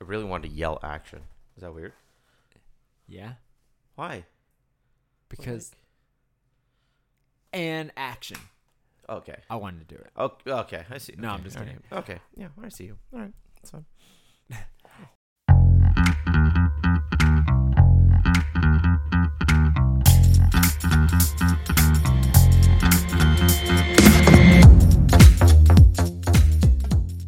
I really wanted to yell action. Is that weird? Yeah. Why? Because and action. Okay. I wanted to do it. Oh, okay. I see. No, I'm Okay, just all kidding. right. Okay. Yeah, I see you. All right. That's fine.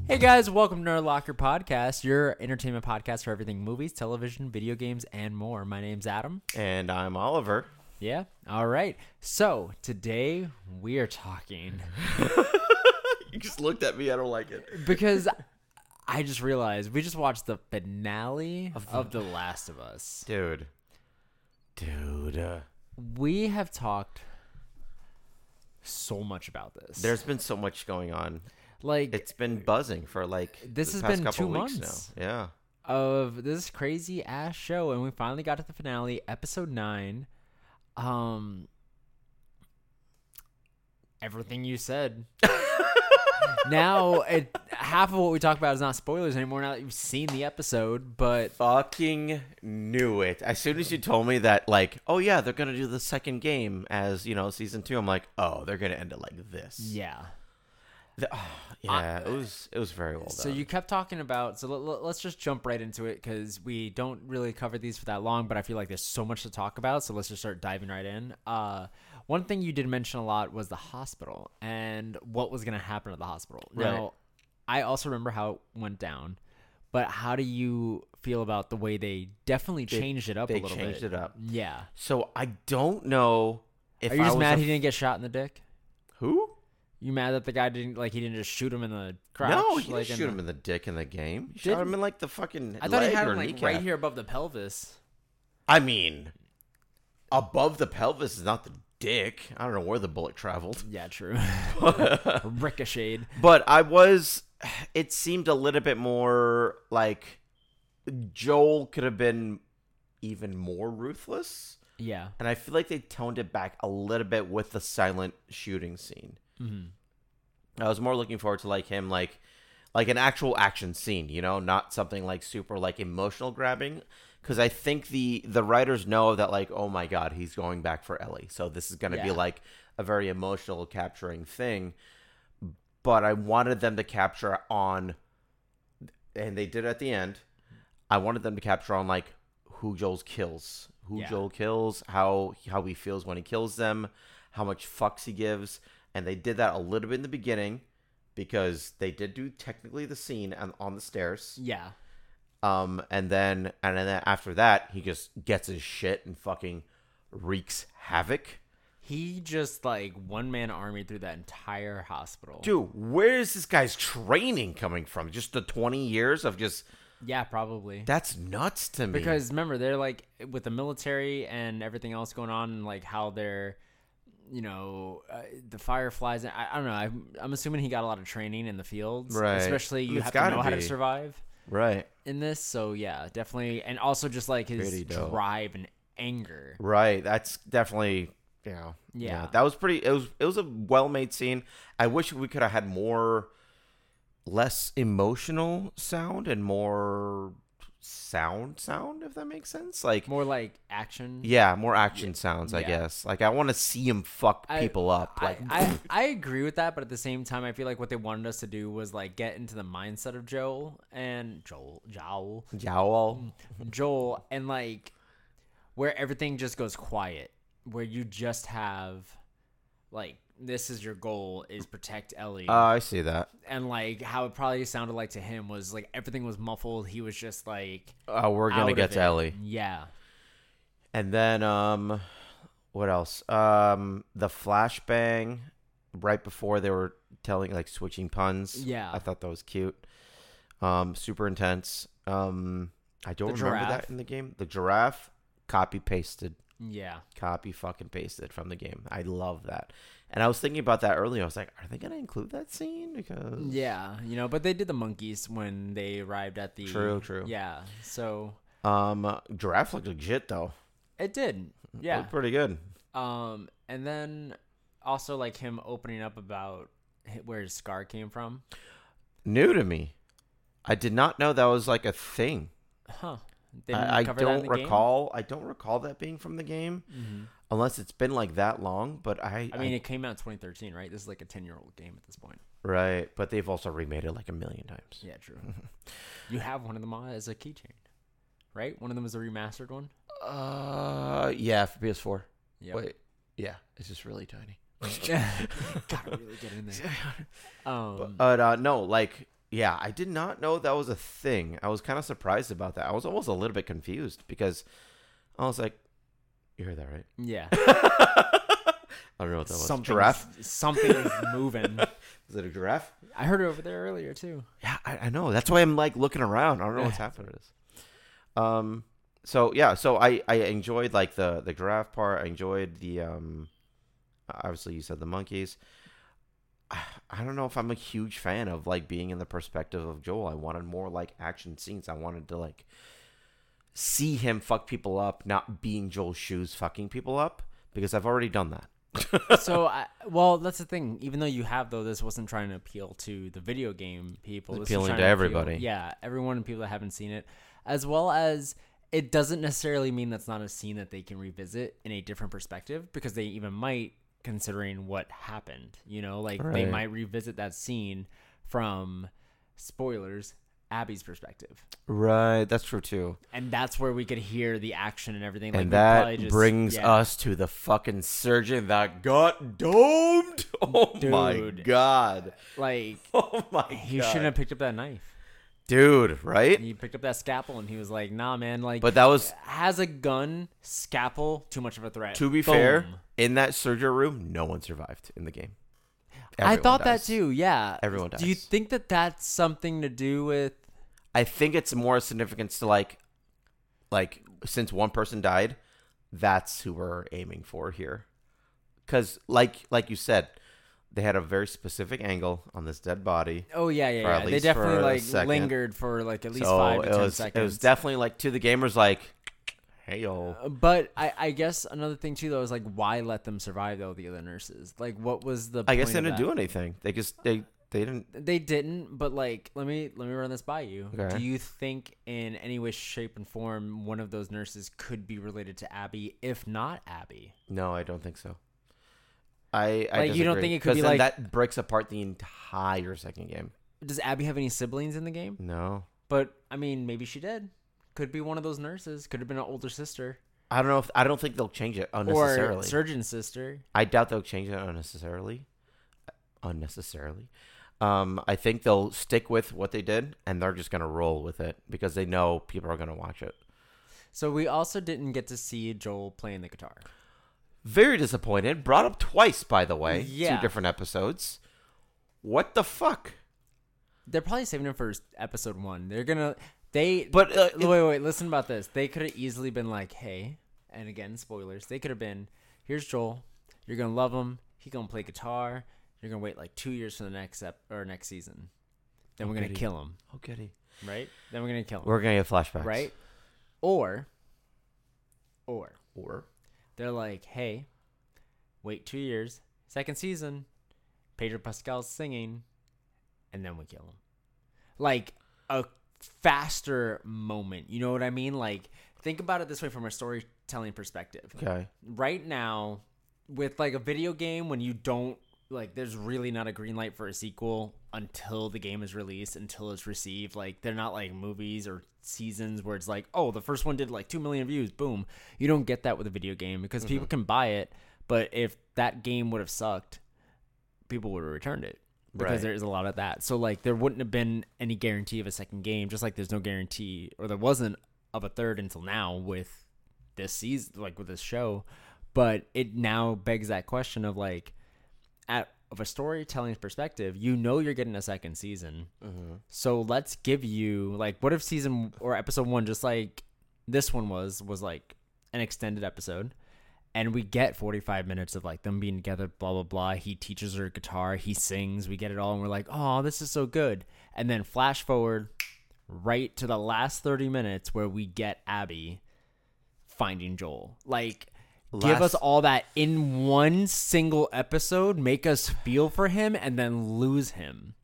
Hey guys, welcome to our Locker Podcast, your entertainment podcast for everything movies, television, video games, and more. My name's Adam. And I'm Oliver. Yeah. All right. So today we are talking You just looked at me. I don't like it. because I just realized we just watched the finale of, The Last of Us. Dude. Dude. Uh, We have talked so much about this. there's been so much going on. like It's been buzzing for like This the has past been couple two weeks months. now. Yeah. of this crazy ass show and we finally got to the finale episode 9 um everything you said now it half of what we talk about is not spoilers anymore now that you've seen the episode but Fucking knew it. As soon as you told me that, like, oh yeah, they're gonna do the second game as you know season two. I'm like, oh, they're gonna end it like this. yeah The- ah, yeah. it was it was very well done. so you kept talking about so let- let, let's just jump right into it because we don't really cover these for that long but i feel like there's so much to talk about so let's just start diving right in uh, one thing you did mention a lot was the hospital and what was going to happen at the hospital now i also remember how it went down but how do you feel about the way they definitely changed it up they a little changed bit it up. yeah So I don't know if are you I just was mad a- he didn't get shot in the dick who. you mad that the guy didn't like he didn't just shoot him in the crotch no, he didn't like in shoot the- him in the dick in the game. He shot Didn't- him in like the fucking. i thought he leg had or him like kneecap. right here above the pelvis I mean, above the pelvis is not the dick. I don't know where the bullet traveled. Yeah, true. Ricocheted. But I was. It seemed a little bit more like Joel could have been even more ruthless, Yeah. and I feel like they toned it back a little bit with the silent shooting scene. Mm-hmm. I was more looking forward to like him like like an actual action scene, you know, not something like super like emotional grabbing cuz I think the the writers know that like oh my god, he's going back for Ellie. So this is going to be Yeah. like a very emotional capturing thing. But I wanted them to capture on and they did at the end. I wanted them to capture on like who Joel's kills, who Yeah. Joel kills, how how he feels when he kills them, how much fucks he gives, and they did that a little bit in the beginning because they did do technically the scene on, on the stairs. Yeah. Um, and then and then after that, he just gets his shit and fucking wreaks havoc. He just like one man army through that entire hospital. Dude, where is this guy's training coming from? Just the twenty years of just Yeah, probably. that's nuts to me. Because remember, they're like with the military and everything else going on, and like how they're, you know, uh, the fireflies. I, I don't know. I'm, I'm assuming he got a lot of training in the fields. Right. Especially you It's have to gotta know how to be. survive right, in this. So yeah, definitely. And also just like his Pretty dope. drive and anger. right, that's definitely you know Yeah. that was pretty. It was it was a well made scene. I wish we could have had more, less emotional sound and more sound sound if that makes sense. Like More like action. yeah, more action sounds. I Yeah. guess. Like I want to see him fuck I- people up. I, Like I, I agree with that, but at the same time, I feel like what they wanted us to do was like get into the mindset of Joel and Joel, Joel, Mm, jowl. Joel, and like where everything just goes quiet, where you just have like this is your goal is protect Ellie, Uh, I see that. and like how it probably sounded like to him was like everything was muffled. He was just like Uh, we're out gonna of get to it. Ellie, Yeah, and then um, what else? Um, the flashbang right before they were telling like switching puns. yeah. I thought that was cute. Um, super intense. Um, I don't The remember giraffe. that in the game. The giraffe copy pasted, yeah. copy fucking pasted from the game. I love that. And I was thinking about that earlier. I was like, are they gonna include that scene? Because Yeah, you know, but they did the monkeys when they arrived at the True, true. Yeah, so um, giraffe looked legit though. it did. Yeah. looked pretty good. Um, and then also like him opening up about hi- where his scar came from. New to me. I did not know that was like a thing. Huh. They didn't I, I cover that in don't the game? recall. I don't recall that being from the game, Mhm. unless it's been like that long. But I, I mean, it came out in 2013, right? This is like a 10 year old game at this point. right? But they've also remade it like a million times. Yeah, true. you have one of them as a keychain, right? One of them is a remastered one. Uh, yeah, for PS4. Yeah. Wait, yeah, it's just really tiny. Gotta really get in there. Um, But uh, no, like, yeah, I did not know that was a thing. I was kind of surprised about that. I was almost a little bit confused because I was like, "You heard that right?" yeah. I don't know what that was. Something's- Giraffe? Something is moving. Is it a giraffe? I heard it over there earlier too. Yeah, I, I know. That's why I'm like looking around. I don't know what's happening. to this. Um. So yeah, so I I enjoyed like the the giraffe part. I enjoyed the um. Obviously, you said the monkeys. I, I don't know if I'm a huge fan of like being in the perspective of Joel. I wanted more like action scenes. I wanted to like see him fuck people up, not being Joel's shoes fucking people up because I've already done that. So, I, well, that's the thing. Even though you have though, this wasn't trying to appeal to the video game people. This was Appealing trying to appeal- everybody. yeah, everyone and people that haven't seen it, as well as it doesn't necessarily mean that's not a scene that they can revisit in a different perspective because they even might, considering what happened. You know, like they Right. might revisit that scene from spoilers Abby's perspective, Right, that's true too. and that's where we could hear the action and everything. like, and we probably that just- brings yeah. us to the fucking surgeon that got domed. Oh my Dude. god. like Oh my he god. shouldn't have picked up that knife. Dude, right? He picked up that scalpel and he was like, "Nah, man, like But that was has a gun, scalpel, too much of a threat." to be Boom. fair, in that surgery room, no one survived in the game. I Everyone thought dies. that too. Yeah, Everyone Do you dies. think that that's something to do with? I think it's more significance to like like since one person died, that's who we're aiming for here. Cuz like like you said, they had a very specific angle on this dead body. Oh yeah, yeah, For at yeah. They least definitely for a like second. lingered for like at least five to it ten was, seconds. It was definitely like to the gamers, like, hey yo, but I, I guess another thing too though is like why let them survive though the other nurses like what was the I guess point they of didn't that? do anything. They just they they didn't. They didn't, but like, let me let me run this by you. Okay. Do you think, in any way, shape, and form, one of those nurses could be related to Abby? If not Abby, No, I don't think so. I, I Like, you don't disagree. think it could 'Cause be, then like- that breaks apart the entire second game. does Abby have any siblings in the game? No, But I mean, maybe she did. Could be one of those nurses. Could have been an older sister I don't know. if I don't think they'll change it or unnecessarily. surgeon sister. I doubt they'll change it unnecessarily. Unnecessarily. Um, I think they'll stick with what they did, and they're just gonna roll with it because they know people are gonna watch it. So we also didn't get to see Joel playing the guitar. Very disappointed. Brought up twice, by the way. Yeah. Two different episodes. What the fuck? They're probably saving it for s- episode one. They're gonna they But uh, Wait, wait, wait, listen about this. They could have easily been like, hey, and again, spoilers. They could have been, here's Joel. You're going to love him. He going to play guitar. You're going to wait like two years for the next ep- or next season. Then we're going to Alrighty. kill him, okay. right? Then we're going to kill him, Oh, We're gonna get flashbacks, right? Or, or Or they're like, hey, wait two years, second season, Pedro Pascal's singing, and then we kill him. Like a faster moment. You know what I mean? Like, think about it this way from a storytelling perspective. okay, Right now, with like a video game, when you don't like there's really not a green light for a sequel until the game is released until it's received like they're not like movies or seasons where it's like oh the first one did like 2 million views boom you don't get that with a video game because people can buy it but if that game would have sucked people would have returned it because Right. there is a lot of that so like there wouldn't have been any guarantee of a second game just like there's no guarantee or there wasn't of a third until now with this season like with this show but it now begs that question of like at of a storytelling perspective, you know you're getting a second season. So let's give you like what if season or episode 1 just like this one was was like an extended episode and we get 45 minutes of like them being together blah blah blah he teaches her guitar he sings we get it all and we're like oh this is so good and then flash forward right to the last 30 minutes where we get abby finding joel like give Last- us all that in one single episode make us feel for him and then lose him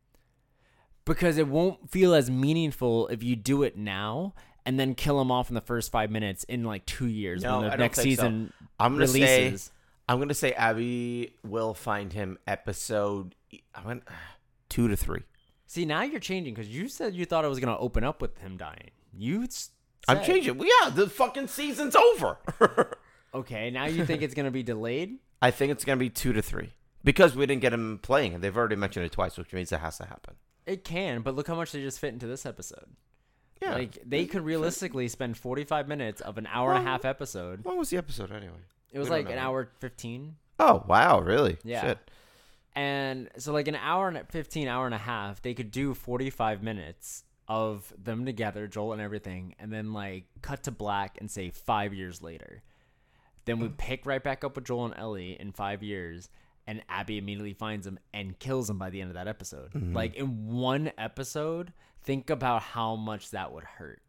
because it won't feel as meaningful if you do it now and then kill him off in the first five minutes in like two years No, when I the don't next think so. season I'm gonna releases. say I'm gonna say Abby will find him episode I went two to three. See, now you're changing because you said you thought it was gonna open up with him dying. You. s- I'm said- changing. Well, yeah, the fucking season's over. Okay, now you think it's gonna be delayed. I think it's gonna be two to three because we didn't get him playing, and they've already mentioned it twice, which means it has to happen. It can, but look how much they just fit into this episode. Yeah. Like they could realistically spend 45 minutes of an hour and a half episode. when was the episode anyway? It was We don't like an know. hour 15. Oh wow, really? Yeah. Shit. And so like an hour and 15 hour and a half, they could do 45 minutes of them together, Joel and everything, and then like cut to black and say 5 years later. Then we pick right back up with Joel and Ellie in 5 years. And Abby immediately finds him and kills him by the end of that episode. Like in one episode, think about how much that would hurt.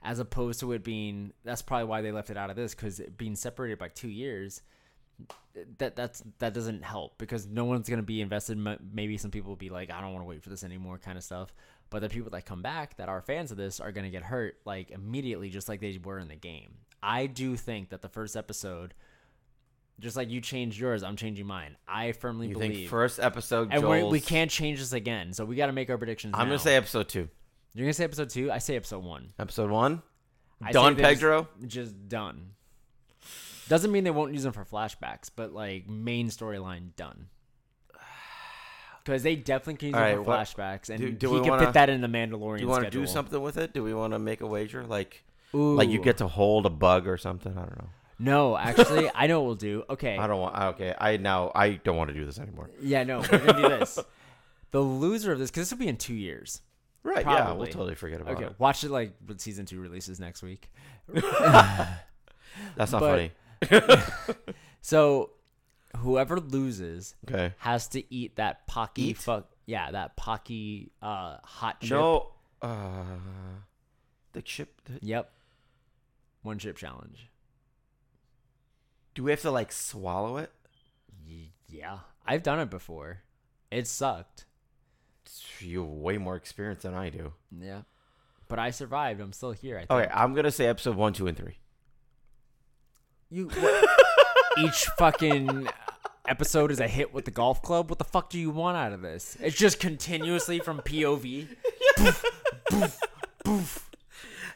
As opposed to it being, that's probably why they left it out of this, because being separated by two years, that that's that doesn't help because no one's gonna be invested. M- Maybe some people will be like, I don't want to wait for this anymore, kind of stuff. But the people that come back that are fans of this are gonna get hurt like immediately, just like they were in the game. I do think that the first episode, just like you changed yours, I'm changing mine. I firmly You believe, think first episode? and we, we Joel's- can't change this again. So we got to make our predictions. I'm now. gonna say episode two, you're gonna say episode two. I say episode one. episode one. I Don say they're just- Pedro? just done. Doesn't mean they won't use them for flashbacks, but like main storyline done. Because they definitely can use All them right, for what- flashbacks, and do- do he we can wanna- fit that in the Mandalorian. Do you want to schedule. do something with it? Do we want to make a wager? Like, like you get to hold a bug or something? I don't know. No, actually, I know what we'll do. Okay, I don't want. Okay, I now I don't want to do this anymore. yeah, no, we're gonna do this. The loser of this, because this will be in two years. Right? Yeah, we'll Probably. totally forget about Okay, it. watch it like when season two releases next week. That's not But- funny. So, whoever loses Okay. has to eat that pocky Eat? fuck. Yeah, that pocky uh, hot chip. No. Uh, the chip. Yep. One chip challenge. Do we have to like swallow it? Y- yeah. I've done it before. It sucked. You have way more experience than I do. Yeah. But I survived. I'm still here. I think. Okay, I'm gonna say episode one, two, and three. You each fucking episode is a hit with the golf club. What the fuck do you want out of this? It's just continuously from POV.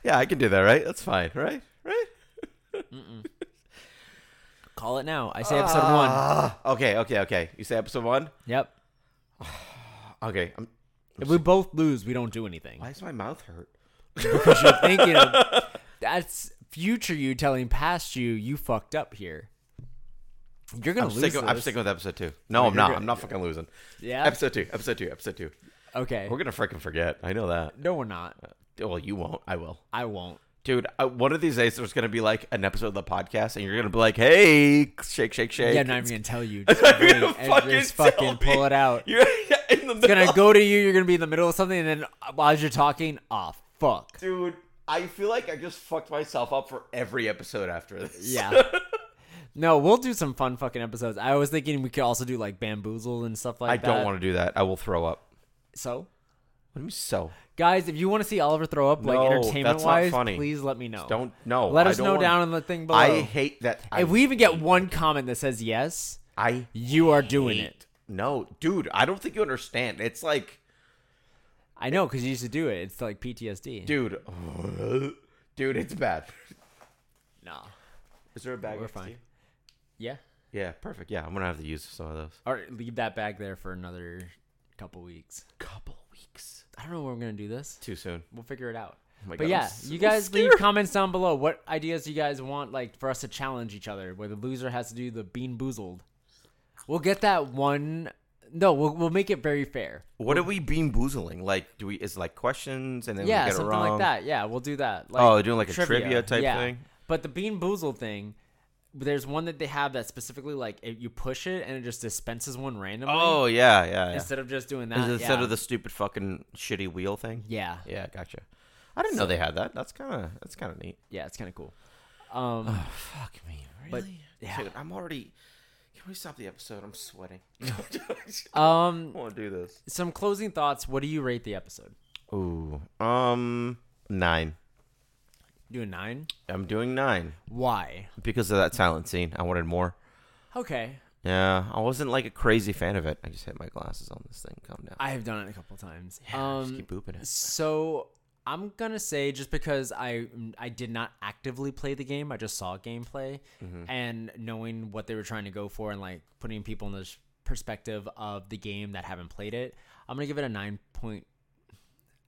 Yeah, I can do that, right? That's fine, right? Right? Call it now. I say episode one. Ah, okay, okay, okay. You say episode one? Yep. Okay. I'm, If we both lose, we don't do anything. why does my mouth hurt? Because you're thinking of, that's future you telling past you you fucked up here. You're gonna I'm lose. sticking, I'm this. sticking with episode two. No, I'm not. I'm not fucking losing. Yeah. Episode two. Episode two. Episode two. Okay. We're gonna freaking forget. I know that. No, we're not. Well, you won't. I will, I won't. dude. I, one of these days, there's gonna be like an episode of the podcast, and you're gonna be like, "Hey, shake, shake, shake." Yeah, I'm not even gonna tell you. I'm Just not wait gonna and just fucking fucking tell pull me. it out. You're in the It's gonna middle. go to you. You're gonna be in the middle of something, and then uh, while you're talking, ah, fuck. dude. I feel like I just fucked myself up for every episode after this. Yeah. No, we'll do some fun fucking episodes. I was thinking we could also do like bamboozled and stuff like I that. don't want to do that. I will throw up. to. So, What do you mean so? guys, if you want to see Oliver throw up, like No, that's not entertainment wise, funny. please let me know. Don't no. Oh. let I us don't know wanna- down in the thing below. I hate that. I, if we even get one comment that says yes, I you are doing hate- it. No, dude. I don't think you understand. It's like, I know because you used to do it. It's like PTSD. dude, dude, it's bad. Nah. Is there a bag? We're next to fine. you? Yeah. Yeah, perfect. Yeah, I'm gonna have to use some of those. All right, leave that bag there for another couple weeks. Couple weeks. I don't know when we're gonna do this. Too soon. Oh We'll figure it out. my but God, yeah, I'm so you guys leave scared. comments down below. What ideas you guys want, like for us to challenge each other, where the loser has to do the bean boozled. We'll get that one. No, we'll we'll make it very fair. What are we bean boozling? Like, do we is like questions and then yeah, we get it something wrong? like that. Yeah, we'll do that. Like, Oh, doing like a trivia type thing? But the bean boozled thing. There's one that they have that specifically like if you push it and it just dispenses one randomly Oh yeah, yeah. yeah. instead of just doing that. Is it instead yeah. of the stupid fucking shitty wheel thing. yeah, Yeah, gotcha. I didn't know they had that. That's kind of that's kind of neat. yeah, it's kind of cool. Um, Fuck me, But- really? yeah. Dude, I'm already Can we stop the episode? I'm sweating. Um, want to do this. some closing thoughts. What do you rate the episode? Ooh. Um, nine. You a nine? I'm doing nine Why? because of that silent scene. I wanted more. Okay, Yeah, I wasn't like a crazy fan of it. I just hit my glasses on this thing. Calm down. I have done it a couple times. I um, just keep pooping it. So I'm gonna say just because I I did not actively play the game, I just saw gameplay and knowing what they were trying to go for and like putting people in this perspective of the game that haven't played it, I'm gonna give it a nine point.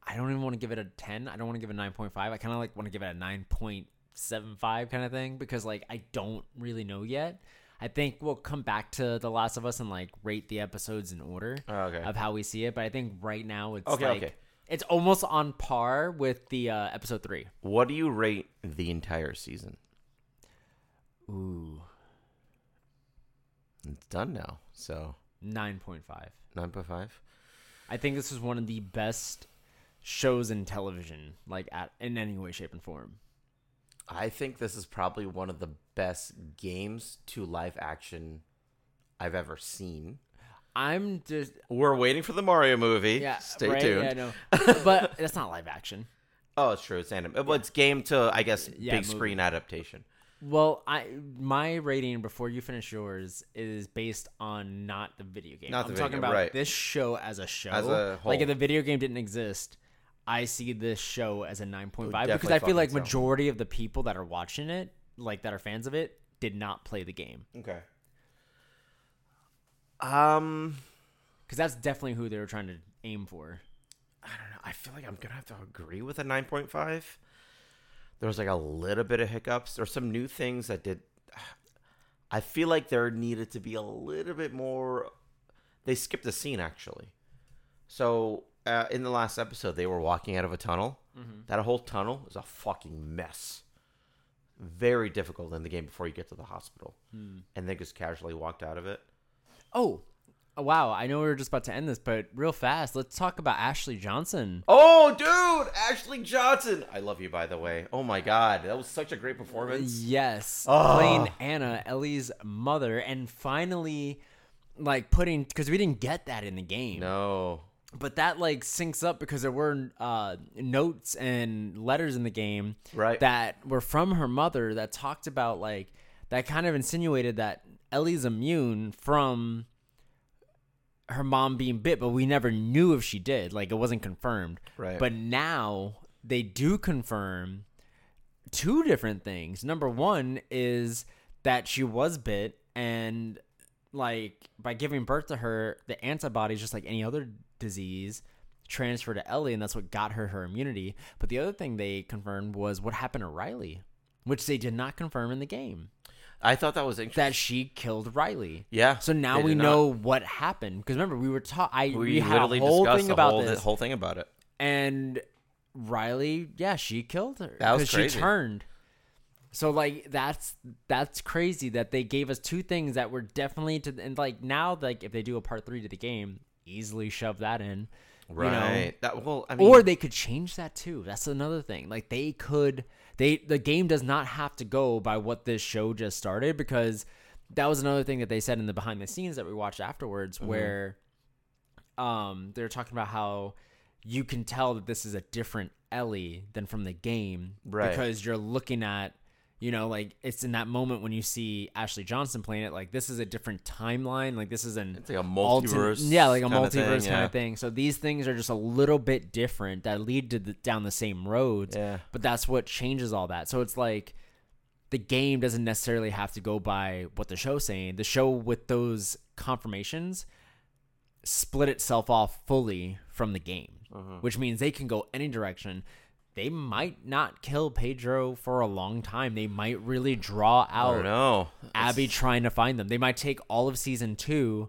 I don't even want to give it a ten. I don't want to give it a nine point five. I kind of like want to give it a nine point seven five kind of thing because like I don't really know yet. I think we'll come back to The Last of Us and like rate the episodes in order Oh, okay. of how we see it, but I think right now it's Okay, like okay. it's almost on par with the uh, episode three. What do you rate the entire season? Ooh, It's done now. So nine point five. nine point five. I think this is one of the best shows in television, like at in any way, shape, and form. I think this is probably one of the best games to live action I've ever seen. I'm just We're waiting for the Mario movie. yeah. Stay right? tuned. Yeah, I know. but that's not live action. Oh, it's true. It's anime. Well, it's game to I guess Yeah, big movie. screen adaptation. Well, I my rating before you finish yours is based on not the video game. Not the I'm video talking game, about right. this show as a show. As a Like whole. if the video game didn't exist, I see this show as a 9.5 because definitely I feel fucking like tell. majority of the people that are watching it, like that are fans of it, did not play the game Okay. Um, because that's definitely who they were trying to aim for. I don't know. I feel like I'm gonna have to agree with a nine point five. There was like a little bit of hiccups. There's some new things that did. I feel like there needed to be a little bit more. They skipped a scene actually. So uh, in the last episode, they were walking out of a tunnel. That whole tunnel is a fucking mess. Very difficult in the game before you get to the hospital, and they just casually walked out of it. Oh, oh, wow! I know we were just about to end this, but real fast, let's talk about Ashley Johnson. Oh, dude, Ashley Johnson. I love you, by the way. Oh my God, that was such a great performance. Yes, playing Ah. Anna, Ellie's mother, and finally, like putting because we didn't get that in the game. No, But that like syncs up because there were uh, notes and letters in the game Right. that were from her mother that talked about like that kind of insinuated that Ellie's immune from her mom being bit, but we never knew if she did. Like it wasn't confirmed. Right. But now they do confirm two different things. Number one is that she was bit and like by giving birth to her, the antibodies just like any other disease transfer to Ellie and that's what got her her immunity. But the other thing they confirmed was what happened to Riley, which they did not confirm in the game. I thought that was interesting. That she killed Riley. yeah. So now they we did know what happened because remember we were taught. I we, not- we, had literally a whole discussed thing the about whole, this, this whole thing about it. and Riley, yeah, she killed her That was 'cause crazy. she turned. So like that's that's crazy that they gave us two things that were definitely to and like now like if they do a part three to the game, easily shove that in, you know? Right. that well, I mean, Or they could change that too. That's another thing. Like they could they the game does not have to go by what this show just started because that was another thing that they said in the behind the scenes that we watched afterwards Mm-hmm. where um they're talking about how you can tell that this is a different Ellie than from the game Right. because you're looking at you know like it's in that moment when you see Ashley Johnson playing it like this is a different timeline like this is an it's like a altern- multiverse. yeah, like a kinda multiverse kind yeah. of thing. So these things are just a little bit different that lead to the, down the same roads. Yeah. But that's what changes all that. So it's like the game doesn't necessarily have to go by what the show's saying. The show with those confirmations split itself off fully from the game, Mm-hmm. which means they can go any direction. They might not kill Pedro for a long time. They might really draw I out don't know. Abby trying to find them. They might take all of season two.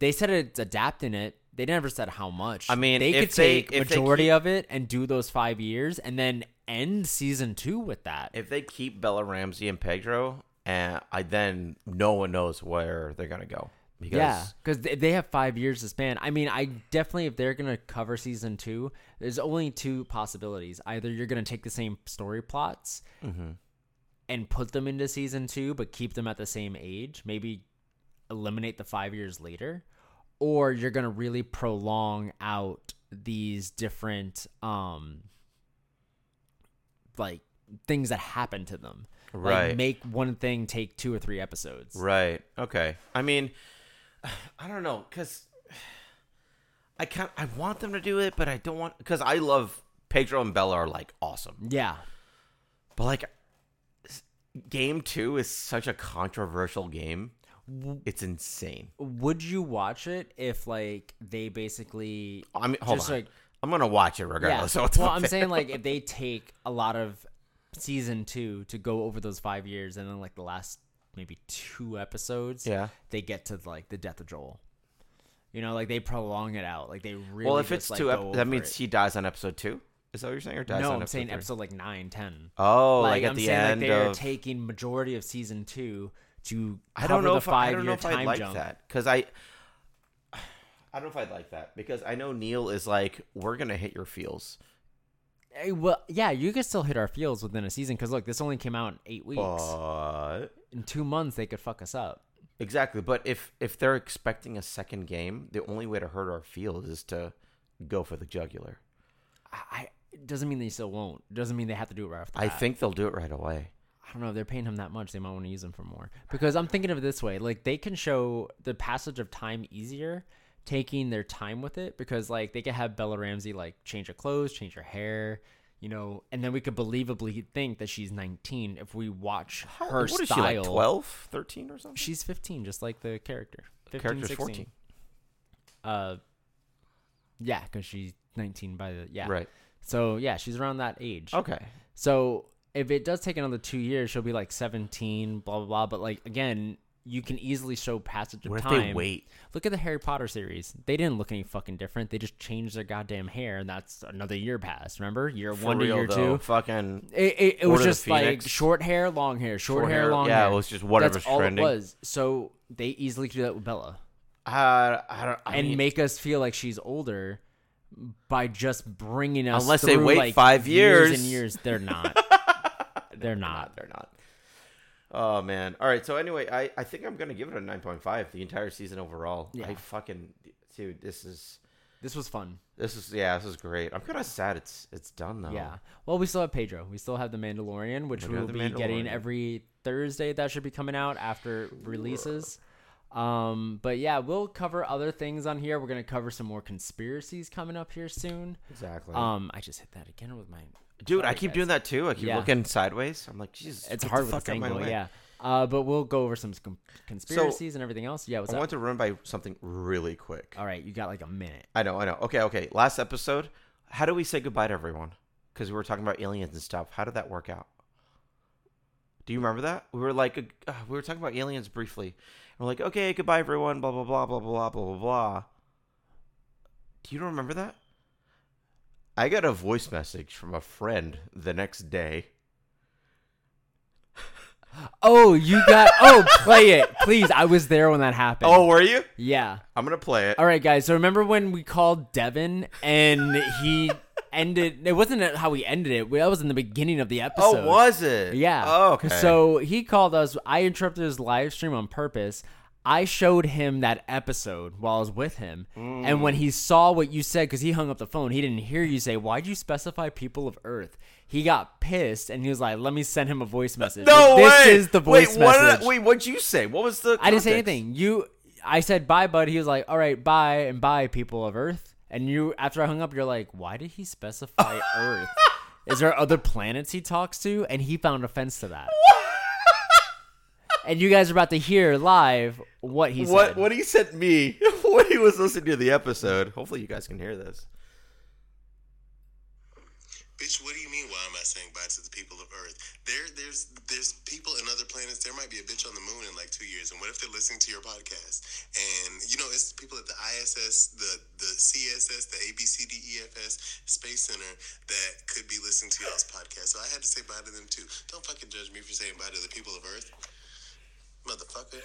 They said it's adapting it. They never said how much. I mean, they if could they- take if they majority keep- of it and do those five years, and then end season two with that. If they keep Bella Ramsey and Pedro, and I then no one knows where they're gonna go because yeah, because they, they have five years to span. I mean, I definitely if they're gonna cover season two, there's only two possibilities. Either you're gonna take the same story plots Mm-hmm. and put them into season two, but keep them at the same age. Maybe eliminate the five years later, or you're gonna really prolong out these different um like things that happen to them. Right. Like make one thing take two or three episodes. Right. Okay. I mean, I don't know because I can't. I want them to do it, but I don't want because I love Pedro and Bella are like awesome, Yeah. but like s- game two is such a controversial game. It's insane. Would you watch it if like they basically I mean, hold Just on. like- I'm gonna watch it regardless. yeah. So it's well, Oh, not I'm fair. saying like if they take a lot of season two to go over those five years, and then like the last maybe two episodes, Yeah. they get to like the death of Joel. You know, like they prolong it out. Like they really. well, if it's just, like, two, go ep- that over means it. he dies on episode two. Is that what you're saying, or dies no. on I'm episode saying three? episode like nine, ten. Oh, like, like, at I'm the saying end like they're of. taking majority of season two to I don't cover know the if I, I five don't know year if time I'd like jump. that because I. I don't know if I'd like that because I know Neil is like, we're gonna hit your feels. Eh, Well, yeah, you could still hit our fields within a season because look, this only came out in eight weeks. But in two months, they could fuck us up. exactly, but if if they're expecting a second game, the only way to hurt our feels is to go for the jugular. I- I it doesn't mean they still won't. It doesn't mean they have to do it right off the I bat. think they'll do it right away. I don't know. If they're paying him that much, they might want to use him for more. Because I'm thinking of it this way: like they can show the passage of time easier, taking their time with it. Because like they could have Bella Ramsey like change her clothes, change her hair, you know, and then we could believably think that she's 19 if we watch How- her what is style. she like 12, 13 or something? She's 15, just like the character. 15, Character's 16. 14. Uh, yeah, because she's 19 by the yeah. Right. Oh. So yeah, she's around that age. Okay. So if it does take another two years, she'll be like seventeen, blah blah blah. But like again, you can easily show passage of What if time. they wait? Look at the Harry Potter series. They didn't look any fucking different. They just changed their goddamn hair, and that's another year passed. Remember, year For one to real, year though, two. Fucking It, it, it Order was the just like Phoenix. short hair, long hair, short, Short hair, hair, long yeah, hair. it was just whatever's That's all trending. it was. So they easily could do that with Bella Uh, I don't. I and mean, make us feel like she's older by just bringing us Unless they through, wait like, five years and years. years. They're not. They're not. they're not. Oh man. All right. So anyway, I I think I'm gonna give it a 9.5. The entire season overall. Yeah. I fucking dude. This is This was fun. this is yeah. This is great. I'm kind of sad. It's it's done though. Yeah. Well, we still have Pedro. We still have The Mandalorian, which Oh. We do we will have The be getting Mandalorian. every Thursday. That should be coming out after releases. Um, but yeah, we'll cover other things on here. We're gonna cover some more conspiracies coming up here soon. Exactly. Um, I just hit that again with my dude, I sorry, keep guys. doing that too. I keep Yeah. looking sideways. I'm like, Jesus. It's get hard the with this fuck out of my angle, way. yeah. Uh, but we'll go over some con- conspiracies and everything else. Yeah, what's I up? want to run by something really quick. All right, you got like a minute. I know. I know. Okay. Okay. Last episode. How do we say goodbye to everyone? Because we were talking about aliens and stuff. How did that work out? Do you remember that? We were like, uh, we were talking about aliens briefly. And we're like, okay, goodbye, everyone. Blah blah blah blah blah blah blah blah. Do you remember that? I got a voice message from a friend the next day. Oh, you got. oh, play it, please. I was there when that happened. Oh, were you? yeah. I'm gonna play it. All right, guys. So remember when we called Devin and he ended? It wasn't how he ended it. That was in the beginning of the episode. Oh, was it? Yeah. Oh, okay. So he called us. I interrupted his live stream on purpose. I showed him that episode while I was with him. And when he saw what you said, because he hung up the phone, he didn't hear you say, Why'd you specify people of Earth? He got pissed and he was like, Let me send him a voice message. no Like, this way. is the wait, voice what did I- message. wait, what'd you say? What was the? I didn't say context? anything. You, I said bye, bud. He was like, all right, bye and bye, people of Earth. And you, after I hung up, you're like, why did he specify Earth? Is there other planets he talks to? And he found offense to that. and you guys are about to hear live what he what said. what he sent me when he was listening to the episode. Hopefully, you guys can hear this. Bitch, what do you mean? Why am I saying bye to the people of Earth? There, there's, there's people in other planets. There might be a bitch on the moon in like two years. And what if they're listening to your podcast? And you know, it's people at the ISS, the the CSS, the ABCDEFS E Space Center that could be listening to y'all's podcast. So I had to say bye to them too. Don't fucking judge me for saying bye to the people of Earth, motherfucker.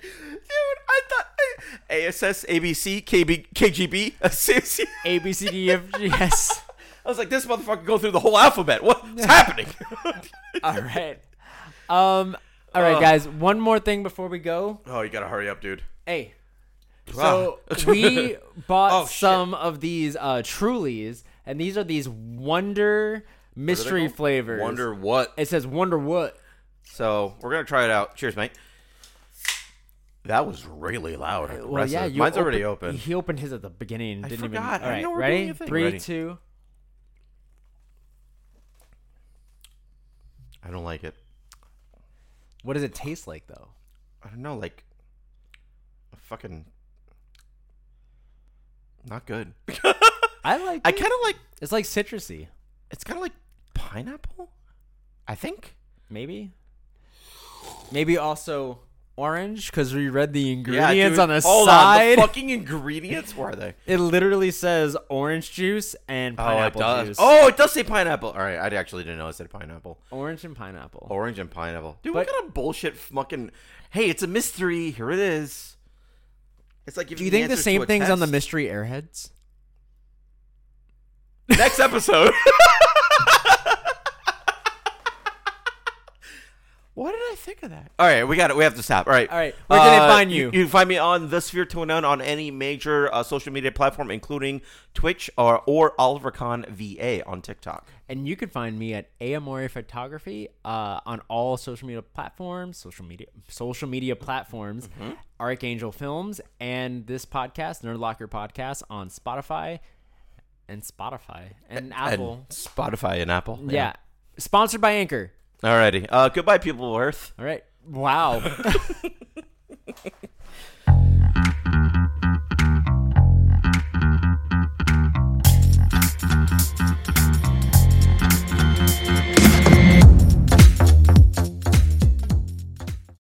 Dude, I thought ASS, ABC, KB, KGB, CSC. A B C D E F G S. I was like, this motherfucker go through the whole alphabet. What's happening? All right. Um, all right, Ugh. guys. One more thing before we go. Oh, you gotta hurry up, dude. Hey. So Ah. we bought Oh, shit. some of these uh Trulies, and these are these Wonder mystery called? flavors. Wonder what. It says Wonder what? So we're gonna try it out. Cheers, mate. That was really loud. and Well, yeah, aggressive. you mine's already open. He opened his at the beginning. Didn't even. forgot. I All right, know we're ready? doing a thing. Three, Ready. two. I don't like it. What does it taste like though? I don't know, like a fucking not good. I like. I it. kind of like It's like citrusy, it's kind of like pineapple. I think. maybe. Maybe also orange because we read the Yeah, ingredients dude. on the Hold on, side. the fucking ingredients were they? it literally says orange juice and pineapple juice. Oh, it Oh, does say pineapple. All right, I actually didn't know it said pineapple. orange and pineapple. Orange and pineapple. Dude, But- what kind of bullshit fucking? Hey, it's a mystery. Here it is. It's like Do you think the same thing's on the mystery airheads? next episode? Why did I think of that? All right, we got it. We have to stop. All right. Uh, All right, where can they find you? You can find me on the Sphere to Unknown on any major uh, social media platform, including Twitch or or Oliver Khan VA on TikTok. And you can find me at Amore Photography uh, on all social media platforms, social media, social media platforms, Archangel Films, and this podcast, Nerd Locker Podcast, on Spotify and Spotify and Apple. And Spotify and Apple. yeah. sponsored by Anchor. Alrighty. Uh, goodbye, people of Earth. All right. Wow.